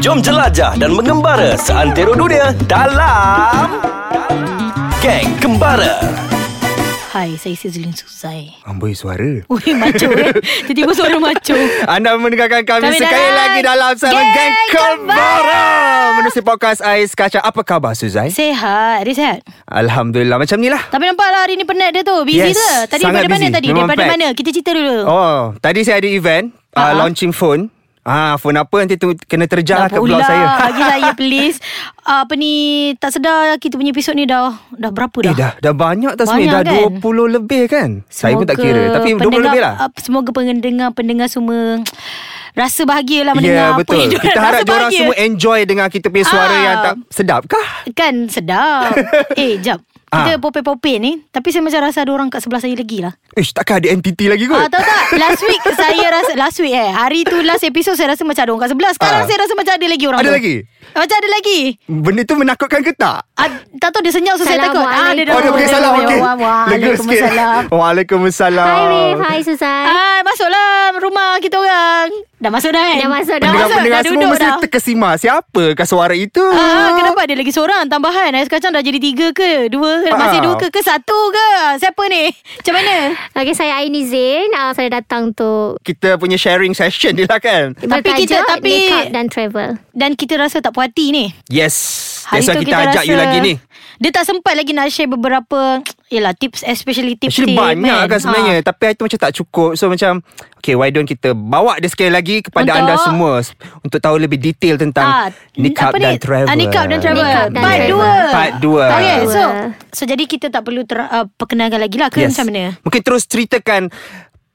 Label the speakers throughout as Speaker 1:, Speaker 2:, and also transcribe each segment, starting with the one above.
Speaker 1: Jom jelajah dan mengembara seantero dunia dalam Geng Kembara.
Speaker 2: Hai, saya Sizzling Suzai.
Speaker 3: Amboi suara
Speaker 2: Ui, macho eh. Tiba-tiba suara macho.
Speaker 3: Anda mendengarkan kami,
Speaker 2: Kami
Speaker 3: sekali
Speaker 2: dalam
Speaker 3: lagi dalam Seven
Speaker 2: Geng
Speaker 3: Gang
Speaker 2: Kembara.
Speaker 3: Kembara Menerusi podcast Ais Kaca Apa khabar Suzai?
Speaker 2: Sehat, Adi sehat.
Speaker 3: Alhamdulillah macam ni lah
Speaker 2: Tapi nampak lah hari ni penat dia tu. Busy
Speaker 3: Yes,
Speaker 2: ke? Tadi
Speaker 3: sangat
Speaker 2: daripada mana
Speaker 3: busy.
Speaker 2: tadi?
Speaker 3: Memang
Speaker 2: daripada
Speaker 3: packed.
Speaker 2: mana? Kita cerita dulu.
Speaker 3: Oh Tadi saya ada event
Speaker 2: Ah.
Speaker 3: uh, Launching phone Ah, phone apa nanti tu kena terjah lah
Speaker 2: Dah
Speaker 3: ke
Speaker 2: pula.
Speaker 3: blog saya
Speaker 2: Bagi saya please. Apa ni, tak sedar kita punya episod ni dah dah berapa dah?
Speaker 3: Eh dah, dah banyak tak
Speaker 2: Banyak
Speaker 3: sebenarnya
Speaker 2: kan?
Speaker 3: Dah 20 lebih kan Saya pun tak kira Tapi 20
Speaker 2: pendengar-
Speaker 3: lebih lah
Speaker 2: ah, Semoga pendengar-pendengar semua rasa bahagia lah mendengar
Speaker 3: Ya
Speaker 2: apa
Speaker 3: betul
Speaker 2: yang diorang
Speaker 3: Kita harap
Speaker 2: rasa
Speaker 3: diorang
Speaker 2: bahagia.
Speaker 3: semua eh. enjoy Dengan kita punya suara
Speaker 2: Ah.
Speaker 3: yang tak Sedap kah?
Speaker 2: Kan sedap. eh, jap. Kita
Speaker 3: Ah.
Speaker 2: popeh-popeh ni Tapi saya macam rasa ada orang kat sebelah saya lagi lah
Speaker 3: Ish takkan ada entiti lagi kot
Speaker 2: Ah, tahu tak? Last week saya rasa last week eh. Hari tu last episode saya rasa macam ada orang kat sebelah. Sekarang
Speaker 3: Ah.
Speaker 2: saya rasa macam ada lagi orang.
Speaker 3: Ada
Speaker 2: tu.
Speaker 3: lagi?
Speaker 2: Macam ada lagi.
Speaker 3: Benda tu menakutkan ke tak?
Speaker 2: Ah, tak tahu dia senyap so saya takut. Ah, dia dah.
Speaker 3: Oh dia pakai salam
Speaker 2: Wah,
Speaker 3: okey.
Speaker 2: wah, wah.
Speaker 3: Lega sikit.
Speaker 2: Waalaikumsalam.
Speaker 3: Waalaikumsalam.
Speaker 4: Hai Weh, hai Susai.
Speaker 2: Hai, Ah, masuklah rumah kita orang. Dah masuk dah kan?
Speaker 4: Dah masuk dah.
Speaker 2: masuk,
Speaker 3: Pendengar-pendengar semua
Speaker 2: duduk
Speaker 3: mesti
Speaker 2: dah.
Speaker 3: terkesima. Siapakah suara itu?
Speaker 2: Ah, kenapa ada lagi seorang tambahan? Ais kacang dah jadi tiga ke? Dua? ke? Masih
Speaker 3: Ah.
Speaker 2: dua ke? Ke satu ke? Siapa ni? Macam mana?
Speaker 4: Okey, saya Aini Zain. Uh, saya datang untuk
Speaker 3: Kita punya sharing session ni lah kan.
Speaker 2: Tapi kita- tapi-
Speaker 4: makeup dan travel.
Speaker 2: Dan kita rasa tak puas hati ni.
Speaker 3: Yes.
Speaker 2: Hari
Speaker 3: That's why
Speaker 2: tu
Speaker 3: kita, ajak you lagi ni.
Speaker 2: Dia tak sempat lagi nak share beberapa Yelah tips Especially tips
Speaker 3: Actually banyak kan
Speaker 2: ha.
Speaker 3: sebenarnya Tapi itu macam tak cukup So macam Okay why don't kita Bawa dia sekali lagi Kepada
Speaker 2: Untuk-
Speaker 3: anda semua Untuk tahu lebih detail Tentang
Speaker 2: Ah,
Speaker 3: Nikab
Speaker 2: apa ni?
Speaker 3: dan travel
Speaker 2: ah, Nikab dan travel
Speaker 4: Nikab dan
Speaker 2: Part
Speaker 4: travel.
Speaker 2: 2
Speaker 3: Part dua.
Speaker 2: Okay
Speaker 4: Part
Speaker 2: so
Speaker 4: dua.
Speaker 2: So jadi kita tak perlu ter, uh, Perkenalkan lagi lah ke Macam mana
Speaker 3: Mungkin terus ceritakan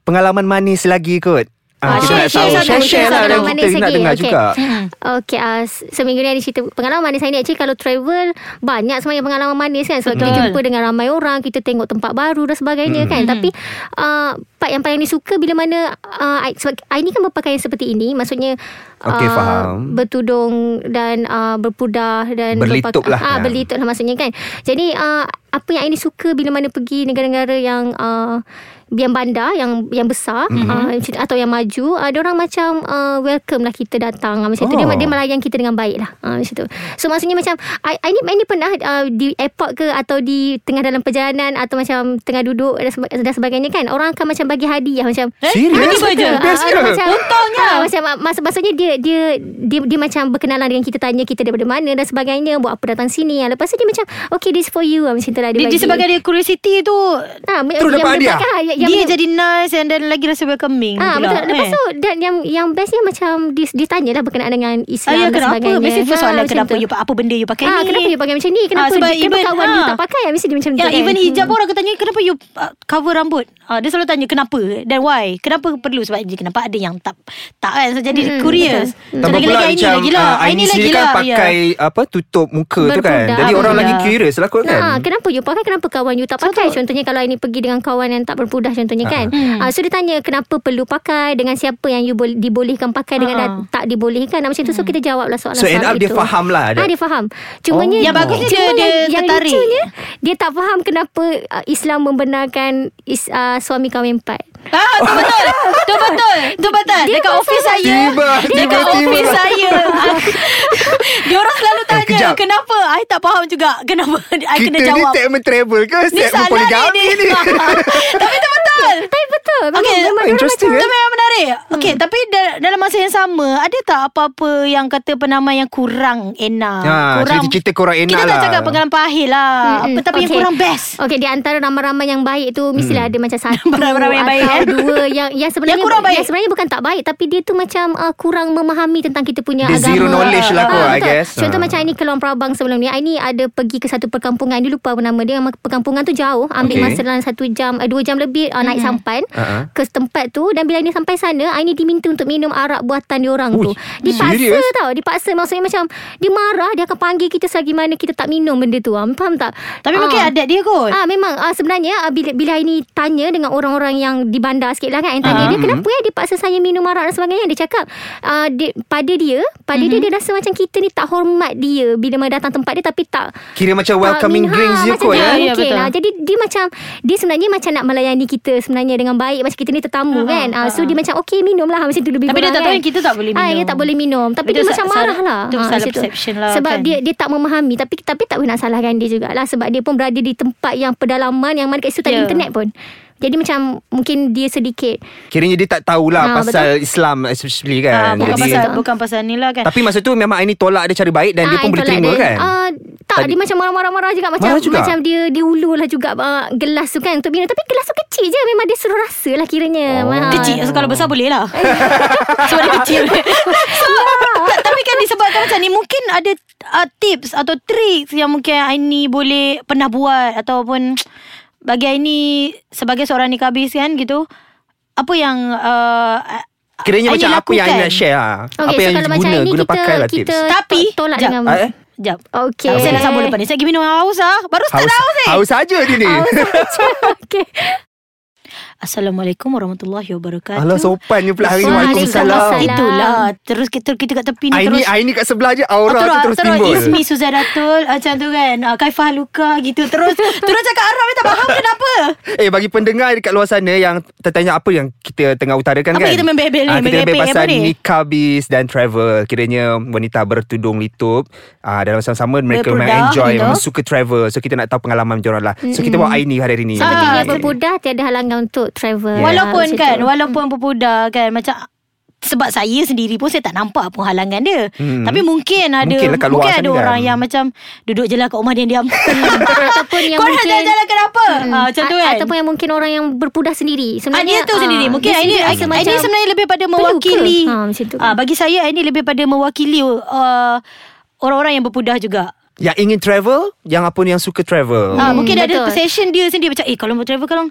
Speaker 3: Pengalaman manis lagi kot
Speaker 2: Ah,
Speaker 3: Ah, kita nak
Speaker 2: share-
Speaker 3: tahu
Speaker 2: share satu-
Speaker 3: Share-share
Speaker 2: satu
Speaker 3: lah Dan
Speaker 2: pengalaman
Speaker 3: kita
Speaker 4: manis
Speaker 3: nak
Speaker 4: lagi.
Speaker 3: dengar
Speaker 4: Okey.
Speaker 3: juga
Speaker 4: Okey, uh, seminggu ni ada cerita pengalaman manis saya ni. Actually kalau travel, banyak sebenarnya pengalaman manis kan. Sebab
Speaker 2: Betul. Hmm.
Speaker 4: kita jumpa dengan ramai orang, kita tengok tempat baru dan
Speaker 3: Hmm.
Speaker 4: sebagainya kan. Tapi uh, part yang paling disuka bila mana, uh, I- sebab Aini kan berpakaian seperti ini. Maksudnya, ah,
Speaker 3: Okey, faham.
Speaker 4: bertudung dan uh, berpudar dan
Speaker 3: Berlitup lah.
Speaker 4: berpak- Ah,
Speaker 3: Ya.
Speaker 4: berlitup patut lah maksudnya kan. Jadi uh, apa yang ini suka bila mana pergi negara-negara yang uh, yang bandar yang yang besar mm-hmm. uh, atau yang maju uh, dia orang macam uh, welcome lah kita datang uh, macam oh. tu dia,
Speaker 3: Oh.
Speaker 4: dia melayan kita dengan baik lah uh, macam tu so maksudnya macam I, I ni I ni pernah uh, di airport ke atau di tengah dalam perjalanan atau macam tengah duduk dan, seba- dan sebagainya kan orang akan macam bagi hadiah macam
Speaker 3: Serius?
Speaker 2: Tiba-tiba je
Speaker 4: Ah,
Speaker 3: Best ke?
Speaker 4: macam-
Speaker 2: Untungnya.
Speaker 4: Ah, macam ah, mas, maksudnya dia, dia dia dia macam berkenalan dengan kita tanya kita daripada mana dan sebagainya buat apa datang sini. Ah, Lepas tu dia macam okay this for you Ah, macam tu lah dia,
Speaker 2: dia, dia
Speaker 4: bagi.
Speaker 2: sebagai dia curiosity tu
Speaker 4: Ah, yang
Speaker 3: Terus dapat hadiah?
Speaker 4: mendapatkan, ah, yang-
Speaker 2: Dia
Speaker 4: yang mendap-
Speaker 2: jadi nice And then lagi rasa welcoming
Speaker 4: Ah,
Speaker 2: pula,
Speaker 4: betul. Lepas
Speaker 2: eh.
Speaker 4: tu dan yang yang bestnya macam dia, dia tanyalah berkenaan dengan
Speaker 2: Ah,
Speaker 4: Islam
Speaker 2: ya,
Speaker 4: dan
Speaker 2: kenapa?
Speaker 4: sebagainya. Ah,
Speaker 2: Mesti persoalan
Speaker 4: macam
Speaker 2: kenapa
Speaker 4: tu.
Speaker 2: you, apa benda you pakai
Speaker 4: Ah,
Speaker 2: ni?
Speaker 4: kenapa you pakai macam ni? Kenapa
Speaker 2: sebab
Speaker 4: dia- kenapa
Speaker 2: even-
Speaker 4: kawan you
Speaker 2: ah.
Speaker 4: tak pakai? Mesti dia macam tu
Speaker 2: Ya,
Speaker 4: kan.
Speaker 2: even
Speaker 4: Hmm.
Speaker 2: hijab pun orang akan tanya kenapa you uh, cover rambut. Uh, dia selalu tanya kenapa dan why. Kenapa perlu sebab dia kenapa ada yang tak tak kan so, jadi hmm, curious. So,
Speaker 3: Tambah pula
Speaker 2: lagi-lagi
Speaker 3: macam
Speaker 2: lagi lah.
Speaker 3: ah, Aini sendiri kan pakai apa tutup muka tu kan.
Speaker 4: Berpudar,
Speaker 3: Jadi orang lagi
Speaker 2: berpudar.
Speaker 3: curious lah kot kan.
Speaker 4: Ha, kenapa you pakai Kenapa kawan you tak pakai Contohnya kalau ini pergi Dengan kawan yang tak berpudah Contohnya kan
Speaker 2: Hmm.
Speaker 4: ha. So dia tanya Kenapa perlu pakai Dengan siapa yang you bol- Dibolehkan pakai Dengan
Speaker 2: Ha-ha.
Speaker 4: dah tak dibolehkan Ah, Macam tu So
Speaker 2: Hmm.
Speaker 4: kita jawab lah soalan
Speaker 3: So, end up
Speaker 4: soalan
Speaker 3: dia
Speaker 4: itu.
Speaker 3: faham lah.
Speaker 4: ha, Dia faham Cumanya
Speaker 3: Oh.
Speaker 2: Yang bagusnya
Speaker 4: cuma
Speaker 2: dia- dia
Speaker 4: yang
Speaker 2: tertarik.
Speaker 4: lucunya, Dia tak faham Kenapa ah, Islam membenarkan is, ah, Suami kahwin empat
Speaker 2: Ah, tu betul. tu betul. Tu betul.
Speaker 4: Dia
Speaker 2: Dekat
Speaker 4: pun
Speaker 2: office saya.
Speaker 3: Tiba,
Speaker 2: dekat
Speaker 3: tiba-tiba.
Speaker 2: office saya. dia orang selalu tanya
Speaker 3: kejap.
Speaker 2: kenapa? I tak faham juga kenapa. I
Speaker 3: Kita
Speaker 2: kena
Speaker 3: ni
Speaker 2: jawab.
Speaker 3: segmen travel ke? Segmen poligami ni.
Speaker 2: Tapi tu betul.
Speaker 4: Tapi betul memang-
Speaker 2: Okay, memang
Speaker 4: memang Hmm. dia orang
Speaker 3: interesting,
Speaker 2: macam,
Speaker 3: eh?
Speaker 2: Itu memang menarik. Okay, tapi da- dalam masa yang sama, ada tak apa-apa yang kata penaman yang kurang enak?
Speaker 3: Ha,
Speaker 2: kurang,
Speaker 3: cerita-cerita kurang enak
Speaker 2: kita
Speaker 3: lah.
Speaker 2: tak cakap pengalaman pahil lah. Apa,
Speaker 4: Mm-mm.
Speaker 2: tapi yang
Speaker 4: Hmm, Okey.
Speaker 2: kurang best.
Speaker 4: Okey di antara ramai-ramai yang baik tu
Speaker 3: Mm.
Speaker 4: mestilah ada macam satu
Speaker 2: Ramai-ramai yang baik,
Speaker 4: atau
Speaker 2: eh?
Speaker 4: dua yang yang sebenarnya
Speaker 2: Yang kurang baik.
Speaker 4: yang sebenarnya bukan tak baik tapi dia tu macam uh, kurang memahami tentang kita punya
Speaker 3: Dia
Speaker 4: agama.
Speaker 3: zero knowledge lah
Speaker 4: Ah,
Speaker 3: kot, I
Speaker 4: betul.
Speaker 3: guess.
Speaker 4: Contoh
Speaker 3: Ah.
Speaker 4: macam ini Keluang Prabang sebelum ni. I ni ada pergi ke satu perkampungan dia lupa apa nama dia. Memang Perkampungan tu jauh ambil
Speaker 3: Okey.
Speaker 4: masa dalam satu jam eh, dua jam lebih uh, naik sampan
Speaker 3: Ah, ah.
Speaker 4: ke tempat tu dan bila ni sampai sana I ni diminta untuk minum arak buatan dia orang
Speaker 3: Ui,
Speaker 4: tu. Dipaksa
Speaker 3: serious?
Speaker 4: tau, dipaksa maksudnya macam dia marah dia akan panggil kita selagi mana kita tak minum benda tu. Ah, faham tak?
Speaker 2: Tapi
Speaker 4: Ah.
Speaker 2: mungkin adat dia kot.
Speaker 4: Ah memang ah, sebenarnya ah, bila bila ini tanya dengan orang-orang yang di bandar sikit lah kan. Yang tanya
Speaker 2: Ah.
Speaker 4: dia kenapa ya dia paksa saya minum
Speaker 2: Mhm.
Speaker 4: arak dan sebagainya. Dia cakap ah, dia, pada dia, pada dia dia rasa macam kita ni tak hormat dia. bila mana datang tempat dia tapi tak
Speaker 3: Kira macam welcoming
Speaker 4: min- ha,
Speaker 3: drinks je
Speaker 4: macam
Speaker 3: kot
Speaker 2: Ya,
Speaker 4: dia,
Speaker 3: ya.
Speaker 2: ya,
Speaker 4: mungkin
Speaker 2: betul.
Speaker 4: lah. Jadi dia macam Dia sebenarnya macam nak melayani kita Sebenarnya dengan baik Macam kita ni tetamu
Speaker 2: Ha,
Speaker 4: kan
Speaker 2: ha,
Speaker 4: Ah, So dia macam Okay minum lah Macam tu lebih
Speaker 2: Tapi dia
Speaker 4: kurang
Speaker 2: tak tahu
Speaker 4: kan.
Speaker 2: yang kita tak boleh
Speaker 4: Ah,
Speaker 2: minum.
Speaker 4: Dia tak boleh minum Tapi
Speaker 2: Itu
Speaker 4: dia, macam
Speaker 2: sa-
Speaker 4: marah
Speaker 2: salah-
Speaker 4: lah
Speaker 2: itu
Speaker 4: Ah,
Speaker 2: salah
Speaker 4: macam tu.
Speaker 2: perception lah,
Speaker 4: Sebab
Speaker 2: kan.
Speaker 4: dia dia tak memahami Tapi tapi tak boleh nak salahkan dia jugalah Sebab dia pun berada di tempat yang pedalaman Yang mana kat situ tak ada
Speaker 2: Ya.
Speaker 4: internet pun jadi macam mungkin dia sedikit
Speaker 3: Kiranya dia tak tahulah
Speaker 4: Ha,
Speaker 3: pasal Islam especially
Speaker 2: Ah,
Speaker 3: kan.
Speaker 2: bukan
Speaker 3: Jadi-
Speaker 2: pasal bukan pasal ni lah kan.
Speaker 3: Tapi masa tu memang Aini tolak dia cara baik dan dia
Speaker 4: Ah,
Speaker 3: pun boleh
Speaker 4: tolak
Speaker 3: terima
Speaker 4: dia.
Speaker 3: kan?
Speaker 4: Ah, tak,
Speaker 3: Tadi-
Speaker 4: dia macam marah-marah juga macam
Speaker 3: Marah juga?
Speaker 4: macam dia dia ululah juga ah, gelas tu kan untuk minum tapi gelas tu kecil je memang dia suruh rasa lah kiranya.
Speaker 3: Oh.
Speaker 4: Ah. Ya.
Speaker 2: Kecil so Kalau besar boleh lah Sebab dia kecil so, ta- Tapi kan disebabkan macam ni Mungkin ada uh, tips Atau tricks Yang mungkin Aini boleh Pernah buat Ataupun Bagi Aini Sebagai seorang nikabis kan gitu Apa yang uh,
Speaker 3: Kiranya
Speaker 2: Aini
Speaker 3: macam apa yang Aini
Speaker 2: lakukan.
Speaker 3: nak share lah.
Speaker 4: Okay,
Speaker 3: apa
Speaker 4: so
Speaker 3: yang
Speaker 4: kalau macam
Speaker 3: guna,
Speaker 4: ini
Speaker 3: guna
Speaker 4: kita-
Speaker 3: pakai lah
Speaker 4: kita-
Speaker 3: tips.
Speaker 2: Tapi
Speaker 4: tolak
Speaker 2: jap,
Speaker 4: dengan-
Speaker 3: Ah, eh?
Speaker 2: Sekejap
Speaker 4: Okey.
Speaker 2: Saya nak sambung lepas ni Saya pergi minum haus lah Baru start
Speaker 3: Haus,
Speaker 2: haus ni
Speaker 3: haus saja dia ni.
Speaker 4: Okey.
Speaker 2: Assalamualaikum warahmatullahi wabarakatuh
Speaker 3: Alah sopannya pula hari ni.
Speaker 4: Waalaikumsalam.
Speaker 3: Waalaikumsalam.
Speaker 2: Itulah Terus kita, kita kat tepi ni
Speaker 3: Aini,
Speaker 2: Terus
Speaker 3: Aini kat sebelah je aura
Speaker 2: Ah,
Speaker 3: tu terus timbul.
Speaker 2: Ismi Suzaratul Macam tu kan ah, Kaifah Luka gitu Terus Terus cakap Arab Dia tak faham kenapa
Speaker 3: Eh bagi pendengar dekat luar sana yang tertanya apa yang kita tengah utarakan
Speaker 2: Apa
Speaker 3: kan.
Speaker 2: kita membebel ni?
Speaker 3: Ah, kita
Speaker 2: Membebel
Speaker 3: membebel
Speaker 2: apa
Speaker 3: pasal
Speaker 2: ni?
Speaker 3: nikabis dan travel. Kiranya wanita bertudung litup ah, dalam sama-sama mereka
Speaker 2: Berpludah,
Speaker 3: memang enjoy
Speaker 2: gitu.
Speaker 3: memang suka travel. So kita nak tahu pengalaman dia orang lah. So kita bawa Aini hari ni.
Speaker 2: Ah,
Speaker 4: Dia
Speaker 2: betul.
Speaker 4: berpudah tiada halangan untuk
Speaker 3: Ya,
Speaker 4: travel.
Speaker 2: Walaupun
Speaker 4: Macam
Speaker 2: kan
Speaker 4: tu.
Speaker 2: Walaupun pemuda kan Macam sebab saya sendiri pun saya tak nampak pun halangan dia. Hmm. Tapi mungkin ada
Speaker 3: Mungkin lah kat luar
Speaker 2: mungkin
Speaker 3: sana
Speaker 2: ada
Speaker 3: kan.
Speaker 2: orang yang macam duduk je lah kat rumah diam-diam.
Speaker 4: ataupun yang
Speaker 2: Korang
Speaker 4: mungkin
Speaker 2: jalan-jalan kenapa?
Speaker 4: Mm-mm.
Speaker 2: Ah, macam tu
Speaker 4: A-
Speaker 2: kan.
Speaker 4: Ataupun yang mungkin orang yang berpudah sendiri.
Speaker 2: Ah, dia
Speaker 4: Sebenarnya
Speaker 2: tu sendiri Mungkin
Speaker 4: dia
Speaker 2: Aini
Speaker 4: sendiri rasa
Speaker 2: Aini
Speaker 4: macam-
Speaker 2: sebenarnya lebih pada
Speaker 4: ke?
Speaker 2: mewakili
Speaker 4: Ha, macam tu.
Speaker 2: Ah, Bagi saya Aini lebih pada mewakili uh, Orang-orang yang berpudah juga
Speaker 3: Yang ingin travel, yang apa ni yang suka travel.
Speaker 2: Ah, mungkin dia ada
Speaker 4: Hmm. betul.
Speaker 2: perception dia sendiri macam eh kalau mau travel kalau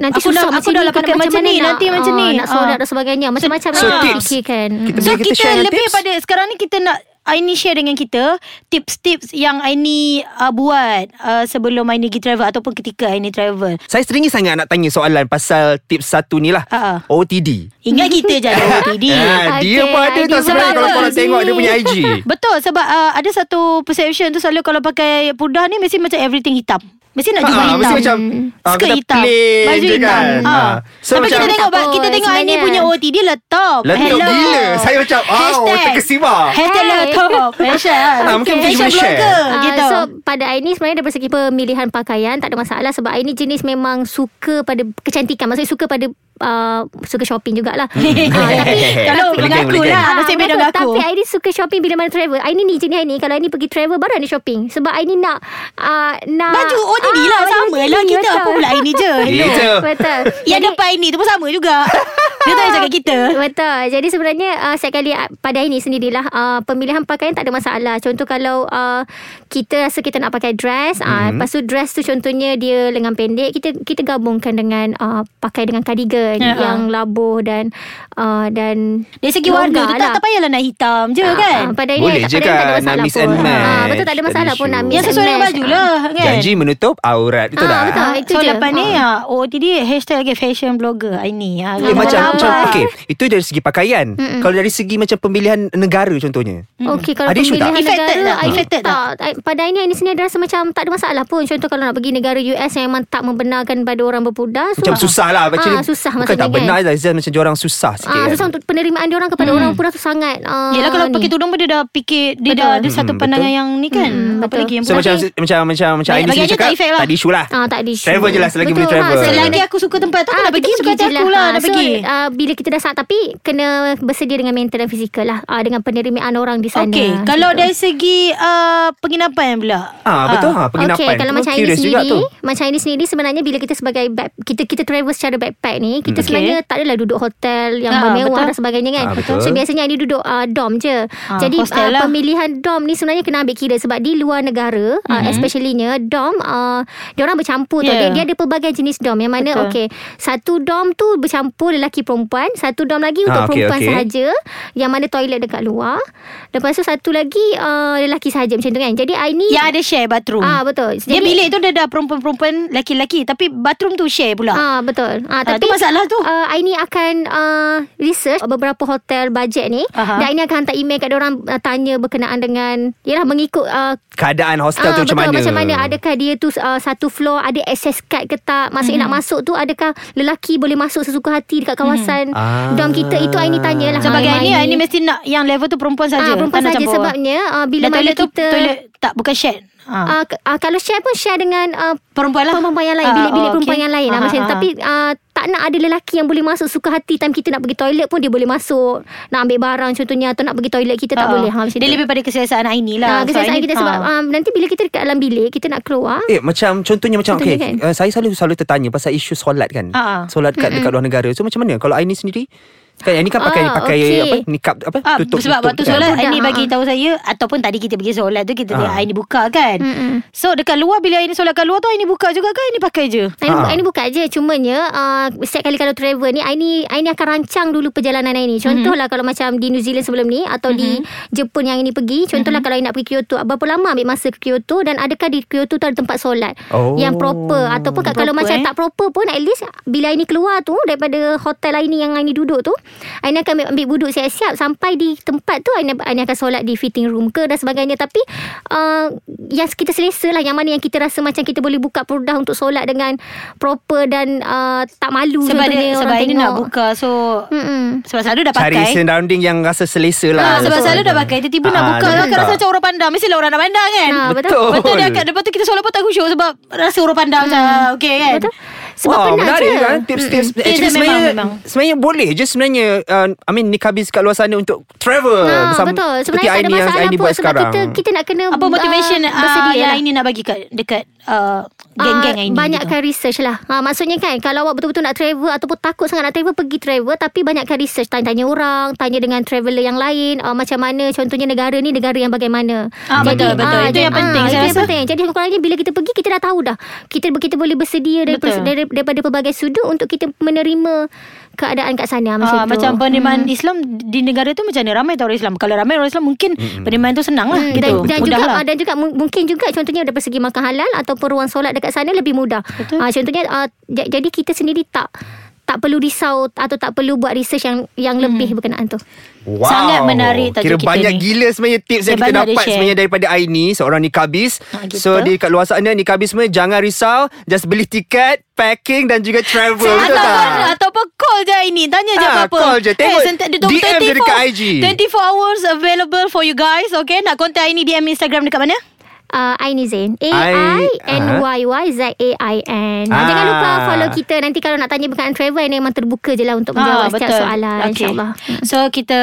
Speaker 4: Nanti
Speaker 2: aku
Speaker 4: susah
Speaker 2: dah, aku dah
Speaker 4: macam ni,
Speaker 2: lah
Speaker 4: kau nak
Speaker 2: pakai macam, ni
Speaker 4: nak,
Speaker 2: nanti macam
Speaker 4: ah,
Speaker 2: ni.
Speaker 4: Nak sorak
Speaker 2: Ah.
Speaker 4: dan sebagainya Macam-macam lah. kan?
Speaker 2: So,
Speaker 4: nak
Speaker 3: tips.
Speaker 4: fikirkan
Speaker 3: Kita
Speaker 2: So
Speaker 3: boleh
Speaker 2: kita,
Speaker 3: share dengan
Speaker 2: lebih
Speaker 3: tips?
Speaker 2: pada sekarang ni kita nak Aini share dengan kita tips-tips yang Aini uh, buat uh, sebelum Aini pergi travel ataupun ketika Aini travel.
Speaker 3: Saya seringnya sangat nak tanya soalan pasal tips satu ni lah.
Speaker 2: Ha,
Speaker 4: Ah.
Speaker 2: ha.
Speaker 3: OTD.
Speaker 2: Ingat kita je ada OTD.
Speaker 3: Ah, dia
Speaker 4: Okay,
Speaker 3: pun ada
Speaker 4: ID
Speaker 3: tau sebenarnya
Speaker 2: berapa?
Speaker 3: kalau korang tengok dia punya IG.
Speaker 2: Betul sebab uh, ada satu perception tu selalu kalau pakai pudah ni mesti macam everything hitam. Mesti nak jumpa
Speaker 3: Ah,
Speaker 2: hitam.
Speaker 3: mesti macam ah,
Speaker 2: Skirt
Speaker 3: kita
Speaker 2: hitam
Speaker 3: plain
Speaker 2: Baju
Speaker 3: je
Speaker 2: hitam
Speaker 3: kan.
Speaker 2: ah.
Speaker 3: Ah. So
Speaker 2: Tapi kita
Speaker 3: macam
Speaker 2: tengok
Speaker 4: Tak
Speaker 2: Kita
Speaker 4: apa,
Speaker 2: tengok Aini
Speaker 4: sebenarnya.
Speaker 2: punya OT Dia letop
Speaker 3: Letup
Speaker 2: Hello.
Speaker 3: gila. Saya macam, wow, terkesima.
Speaker 2: Hashtag
Speaker 4: Hey.
Speaker 2: letop Fashion
Speaker 3: Ah, mungkin
Speaker 2: Fashion
Speaker 3: boleh share.
Speaker 2: blogger,
Speaker 4: Ah,
Speaker 2: gitu.
Speaker 4: So pada Aini sebenarnya dari segi pemilihan pakaian tak ada masalah sebab Aini jenis memang suka pada kecantikan maksudnya suka pada uh, suka shopping jugalah. Ah, tapi
Speaker 2: Kalau
Speaker 3: Boleh geng,
Speaker 2: mengaku
Speaker 3: boleh
Speaker 2: lah
Speaker 4: Ah,
Speaker 2: Nasib baik dia
Speaker 4: betul.
Speaker 2: mengaku
Speaker 4: Tapi Aini suka shopping bila mana travel. Aini ni jenis Aini kalau Aini pergi travel baru Aini shopping sebab Aini nak uh, nak
Speaker 2: Baju OTD lah
Speaker 4: baju
Speaker 2: Sama
Speaker 4: OTD,
Speaker 2: lah kita
Speaker 4: Ah, betul.
Speaker 2: Apa pula Aini je
Speaker 3: Dia je.
Speaker 4: Betul.
Speaker 2: Yang depan Aini tu pun sama juga Dia tak payah cakap kita
Speaker 4: Betul. Jadi sebenarnya uh, setiap kali uh, pada ini sendirilah uh, pemilihan pakaian tak ada masalah. Contoh kalau uh, kita rasa kita nak pakai dress, mm-hmm. uh, lepas tu dress tu contohnya dia lengan pendek, kita kita gabungkan dengan uh, pakai dengan cardigan
Speaker 2: Ya.
Speaker 4: yeah. yang labuh dan uh, dan
Speaker 2: Dari segi warna tu
Speaker 4: longgar
Speaker 2: tak, tak payahlah nak hitam je
Speaker 4: lah. Ah,
Speaker 2: kan
Speaker 4: ah, pada ini
Speaker 3: Boleh
Speaker 4: tak,
Speaker 3: je
Speaker 4: pada ini tak ada
Speaker 3: kan,
Speaker 4: masalah
Speaker 3: nak mix
Speaker 4: pun.
Speaker 3: and match.
Speaker 4: Ah, betul tak ada
Speaker 3: Tak ada
Speaker 4: masalah pun
Speaker 3: issue.
Speaker 4: nak mix
Speaker 2: Yang
Speaker 4: and
Speaker 2: sesuai dengan
Speaker 4: match.
Speaker 2: baju
Speaker 4: Ah.
Speaker 2: lah kan
Speaker 3: Janji menutup aurat. Betul
Speaker 4: Ah,
Speaker 3: tak?
Speaker 4: betul. Ah, itu
Speaker 2: so
Speaker 4: je.
Speaker 2: lepas ni
Speaker 4: Ah.
Speaker 2: ah, OOTD hashtag lagi fashion blogger Aini ah,
Speaker 3: Eh,
Speaker 4: Ah,
Speaker 3: macam,
Speaker 4: betul.
Speaker 3: macam okay, itu dari segi pakaian. Kalau dari segi macam pemilihan negara contohnya.
Speaker 4: Okey kalau
Speaker 3: Ada isu tak?
Speaker 4: pemilihan negara
Speaker 2: Affected tak?
Speaker 4: I-
Speaker 2: Affected tak?
Speaker 4: I- Pada ini ini sini ada rasa macam tak ada masalah pun. Contoh kalau nak pergi negara US yang memang tak membenarkan pada orang berpudar so
Speaker 3: Macam susah lah
Speaker 4: Ah,
Speaker 3: macam
Speaker 4: susah
Speaker 3: Bukan
Speaker 4: maksudnya
Speaker 3: tak benar lah Zan Macam diorang susah sikit kan.
Speaker 4: Ah, susah untuk penerimaan dia orang kepada orang berpudar tu sangat. Ah,
Speaker 2: Yelah kalau
Speaker 4: ni.
Speaker 2: pakai tudung pun dia dah fikir Dia dah ada satu
Speaker 3: Hmm,
Speaker 2: pandangan
Speaker 3: betul.
Speaker 2: yang ni kan Apa
Speaker 4: Hmm, betul.
Speaker 2: lagi yang
Speaker 3: So macam
Speaker 2: penting?
Speaker 3: Macam macam macam
Speaker 2: Bagi-
Speaker 3: Aini
Speaker 2: bagi
Speaker 3: sendiri
Speaker 2: Aini tak
Speaker 3: cakap
Speaker 2: effect lah.
Speaker 3: Tak ada isu lah
Speaker 4: Ah, tak ada isu.
Speaker 3: Travel je lah Selagi
Speaker 4: Betul,
Speaker 3: boleh travel
Speaker 4: ah,
Speaker 2: Selagi aku suka tempat tu aku nak pergi
Speaker 4: kita
Speaker 2: Suka hati
Speaker 4: pergi je
Speaker 2: aku Ah, lah nak
Speaker 4: so,
Speaker 2: pergi
Speaker 4: ah, bila kita dah sangat tapi kena bersedia dengan mental dan fizikal lah ah, dengan penerimaan orang di sana.
Speaker 2: Okey,
Speaker 4: Macam
Speaker 2: kalau
Speaker 4: tu.
Speaker 2: dari segi uh, penginapan pula.
Speaker 3: Ah betul ha penginapan.
Speaker 4: Okey, kalau
Speaker 3: Tu
Speaker 4: macam ini
Speaker 3: curious juga
Speaker 4: sendiri,
Speaker 3: tu.
Speaker 4: macam ini sendiri sebenarnya bila kita sebagai back, kita kita travel secara backpack ni, kita
Speaker 2: Okey.
Speaker 4: okay. sebenarnya tak adalah duduk hotel yang
Speaker 2: Ah,
Speaker 4: bermewah
Speaker 2: betul.
Speaker 4: dan sebagainya kan.
Speaker 3: Hmm. Ah, betul.
Speaker 4: so biasanya ini duduk uh, dom je.
Speaker 2: Ah,
Speaker 4: Jadi
Speaker 2: hostel
Speaker 4: uh,
Speaker 2: lah.
Speaker 4: pemilihan dom ni sebenarnya kena ambil kira sebab di luar negara, mm-hmm.
Speaker 2: Hmm.
Speaker 4: uh, especiallynya dom uh, dia orang bercampur
Speaker 2: Yeah.
Speaker 4: yeah. tau. Dia, dia ada pelbagai jenis dom yang mana
Speaker 2: Ya. Betul.
Speaker 4: okey, satu dom tu bercampur lelaki perempuan Satu dorm lagi untuk
Speaker 3: Ah, okey,
Speaker 4: perempuan
Speaker 3: okey.
Speaker 4: sahaja Yang mana toilet dekat luar Lepas tu satu lagi uh, Lelaki sahaja macam tu kan Jadi I ni
Speaker 2: Yang ada share bathroom
Speaker 4: Ah, betul.
Speaker 2: Dia
Speaker 4: Jadi-
Speaker 2: bilik tu dah ada perempuan-perempuan Lelaki-lelaki Tapi bathroom tu share pula
Speaker 4: Ah betul. Ah tapi
Speaker 2: tu masalah tu.
Speaker 4: Uh, I ni akan uh, research beberapa hotel bajet ni
Speaker 2: Aha.
Speaker 4: dan I ni akan hantar email kat orang uh, tanya berkenaan dengan yalah mengikut uh,
Speaker 3: Keadaan hostel
Speaker 4: Ah,
Speaker 3: tu macam
Speaker 4: betul,
Speaker 3: mana?
Speaker 4: Macam mana? Adakah dia tu uh, satu floor ada access card ke tak?
Speaker 2: Hmm.
Speaker 4: Maksudnya mm-hmm. nak masuk tu adakah lelaki boleh masuk sesuka hati dekat kawasan
Speaker 3: Ah.
Speaker 4: mm-hmm. dom kita? Itu I ni tanyalah.
Speaker 2: Sebagai
Speaker 4: Ah,
Speaker 2: ini
Speaker 4: I
Speaker 2: Ini mesti nak Yang level tu perempuan
Speaker 4: Ah,
Speaker 2: saja
Speaker 4: perempuan saja sebabnya uh,
Speaker 2: Bila
Speaker 4: bila mana
Speaker 2: toilet
Speaker 4: kita
Speaker 2: tu Toilet tak bukan share ha.
Speaker 4: Ah, k- ah, kalau share pun share dengan uh,
Speaker 2: Perempuan lah
Speaker 4: perempuan yang lain
Speaker 2: Ah,
Speaker 4: bilik-bilik
Speaker 2: oh,
Speaker 4: perempuan
Speaker 2: okey.
Speaker 4: yang lain lah
Speaker 2: Ah,
Speaker 4: macam
Speaker 2: ah,
Speaker 4: tu. tapi uh, tak nak ada lelaki yang boleh masuk suka hati time kita nak pergi toilet pun dia boleh masuk nak ambil barang contohnya atau nak pergi toilet kita tak
Speaker 2: Ah,
Speaker 4: boleh ha macam
Speaker 2: Dia
Speaker 4: tu.
Speaker 2: lebih pada kesiasaan Aini
Speaker 4: Ah,
Speaker 2: lah
Speaker 4: kesalahan
Speaker 2: Aini-
Speaker 4: kita sebab
Speaker 2: ah.
Speaker 4: um, nanti bila kita dekat dalam bilik kita nak keluar
Speaker 3: Eh macam contohnya macam
Speaker 4: Contohnya
Speaker 3: okey
Speaker 4: kan?
Speaker 3: uh, saya selalu selalu tertanya pasal isu solat kan.
Speaker 2: Ah.
Speaker 3: Solat kat dekat luar negara. So macam mana kalau Aini sendiri? Kan Aini kan pakai
Speaker 4: Ah,
Speaker 3: pakai
Speaker 4: okey.
Speaker 3: apa nikab apa
Speaker 2: Ah,
Speaker 3: tutup
Speaker 2: sebab
Speaker 3: tutup
Speaker 2: waktu
Speaker 3: kan?
Speaker 2: solat
Speaker 4: Budak,
Speaker 2: Aini
Speaker 4: ah,
Speaker 2: bagi
Speaker 4: ah.
Speaker 2: tahu saya Ataupun tadi kita pergi solat tu Kita tengok
Speaker 3: Ah.
Speaker 2: Aini buka kan
Speaker 4: Mm-mm.
Speaker 2: So dekat luar Bila Aini solat kat luar tu Aini buka juga kan Aini pakai je
Speaker 4: I ni,
Speaker 3: Ah.
Speaker 4: buka, I ni buka je Cumanya uh, Setiap kali kalau travel ni I ni, I ni akan rancang dulu perjalanan I ni
Speaker 2: Mhm.
Speaker 4: Contohlah mm-hmm. kalau macam Di New Zealand sebelum ni Atau mm-hmm. di Jepun yang ini pergi
Speaker 2: Mhm.
Speaker 4: Contohlah mm-hmm. kalau I nak pergi Kyoto Berapa lama ambil masa ke Kyoto Dan adakah di Kyoto tu ada tempat solat
Speaker 3: Oh.
Speaker 4: Yang proper Ataupun proper, kalau
Speaker 2: Proper,
Speaker 4: macam
Speaker 2: eh.
Speaker 4: tak proper pun At least Bila I ni keluar tu Daripada hotel I ni Yang I ni duduk tu I ni akan ambil, ambil buduk siap-siap Sampai di tempat tu I ni, I ni akan solat di fitting room ke Dan sebagainya Tapi uh, Yang kita selesa lah Yang mana yang kita rasa Macam kita boleh buka produk Untuk solat dengan Proper dan uh, Tak malu
Speaker 2: Sebab
Speaker 4: contohnya
Speaker 2: dia,
Speaker 4: orang
Speaker 2: sebab Aini
Speaker 4: tengok. Hmm.
Speaker 2: nak buka So
Speaker 4: Mm-mm.
Speaker 2: Sebab selalu dah
Speaker 3: Cari
Speaker 2: pakai
Speaker 3: surrounding yang rasa selesa lah.
Speaker 2: Ah, sebab
Speaker 3: Betul.
Speaker 2: selalu dah pakai Tiba-tiba nak
Speaker 3: Ah,
Speaker 2: buka
Speaker 3: dah
Speaker 2: lah Kan
Speaker 3: buka.
Speaker 2: rasa macam orang pandang Mestilah orang nak pandang kan
Speaker 4: Ah, betul.
Speaker 3: Betul.
Speaker 2: Betul dia akan Lepas tu kita solat pun tak khusyuk Sebab rasa orang pandang macam Okay kan
Speaker 4: Hmm. Betul Sebab
Speaker 3: Wah,
Speaker 4: penat
Speaker 3: menarik
Speaker 4: je
Speaker 3: kan tips-tips.
Speaker 2: Mm-mm. Tips
Speaker 3: Actually
Speaker 2: dia
Speaker 3: sebenarnya,
Speaker 2: memang, memang.
Speaker 3: sebenarnya boleh je sebenarnya uh, I mean nikabis kat luar sana untuk travel.
Speaker 4: Ha,
Speaker 3: Bersama-
Speaker 4: betul
Speaker 3: seperti
Speaker 4: Sebenarnya tak
Speaker 3: Aini
Speaker 4: ada
Speaker 3: yang
Speaker 4: masalah
Speaker 3: Aini
Speaker 4: pun
Speaker 3: buat
Speaker 4: Sebab
Speaker 3: sekarang.
Speaker 4: kita, kita nak kena
Speaker 2: Apa motivation
Speaker 4: ah,
Speaker 2: uh,
Speaker 4: bersedia
Speaker 2: Yang
Speaker 4: lah.
Speaker 2: Aini nak bagi kat Dekat ah,
Speaker 4: Ah,
Speaker 2: Geng-geng Aini
Speaker 4: Banyakkan research lah ha, Maksudnya kan Kalau awak betul-betul nak travel Ataupun takut sangat nak travel Pergi travel Tapi banyakkan research Tanya-tanya orang Tanya dengan traveller yang lain uh, Macam mana Contohnya negara ni Negara yang bagaimana
Speaker 2: Ah, betul, betul. Itu yang penting, saya
Speaker 4: ah, Itu yang
Speaker 2: rasa.
Speaker 4: penting Jadi kurangnya bila kita pergi Kita dah tahu dah Kita kita boleh bersedia daripada,
Speaker 2: Betul.
Speaker 4: dari- daripada pelbagai sudut Untuk kita menerima Keadaan kat sana
Speaker 2: Ah,
Speaker 4: Macam tu
Speaker 2: macam penerimaan hmm. Islam di negara tu macam mana ramai tak orang Islam. Kalau ramai orang Islam mungkin hmm. penerimaan tu senang lah
Speaker 4: Hmm,
Speaker 2: gitu.
Speaker 4: Dan, dan
Speaker 2: Mudah
Speaker 4: juga
Speaker 2: lah.
Speaker 4: ah, dan juga mu- mungkin juga contohnya daripada segi makan halal ataupun ruang solat dekat sana lebih mudah. Ah, contohnya ah, j- jadi kita sendiri tak tak perlu risau atau tak perlu buat research yang yang
Speaker 2: Hmm.
Speaker 4: lebih berkenaan tu.
Speaker 3: Wow.
Speaker 2: Sangat menarik tajuk
Speaker 3: Kira
Speaker 2: kita
Speaker 3: banyak
Speaker 2: ni.
Speaker 3: gila sebenarnya tips yang
Speaker 2: Dia
Speaker 3: kita
Speaker 2: banyak dia
Speaker 3: dapat
Speaker 2: share.
Speaker 3: sebenarnya daripada Aini seorang nikabis.
Speaker 2: Ha, gitu.
Speaker 3: so di kat luar sana nikabis semua jangan risau, just beli tiket, packing dan juga travel. Betul
Speaker 2: Ataupun,
Speaker 3: tak?
Speaker 2: ataupun call je ini Tanya je
Speaker 3: Ah,
Speaker 2: apa-apa
Speaker 3: call je. Tengok DM je dekat IG.
Speaker 2: 24 hours available for you guys Okay Nak contact Aini DM Instagram dekat mana?
Speaker 4: Uh, Aini Zain A I
Speaker 3: I-
Speaker 4: N Y Y Z A I N.
Speaker 3: Ah.
Speaker 4: Jangan lupa follow kita nanti kalau nak tanya berkenaan travel ni memang terbuka je lah untuk menjawab
Speaker 2: Ah,
Speaker 4: setiap soalan
Speaker 2: Okay.
Speaker 4: insyaAllah. Hmm.
Speaker 2: So kita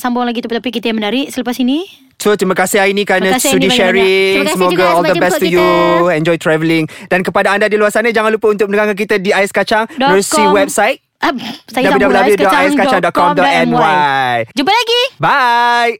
Speaker 2: sambung lagi topik-topik kita yang menarik Selepas ini
Speaker 3: So terima kasih Aini kerana
Speaker 2: Terima kasih
Speaker 3: sudi
Speaker 2: Aini
Speaker 3: sharing.
Speaker 4: banyak-banyak. Terima kasih
Speaker 3: Semoga
Speaker 4: juga
Speaker 3: all
Speaker 4: sebab
Speaker 3: the best
Speaker 4: jemput
Speaker 3: to you.
Speaker 4: kita.
Speaker 3: Enjoy travelling dan kepada anda di luar sana jangan lupa untuk mendengarkan kita di Ais Kacang
Speaker 2: Dot
Speaker 3: melalui
Speaker 2: com.
Speaker 3: website
Speaker 2: ah, Saya sambung
Speaker 3: www.aiskacang.com.my.
Speaker 2: Jumpa lagi
Speaker 3: Bye.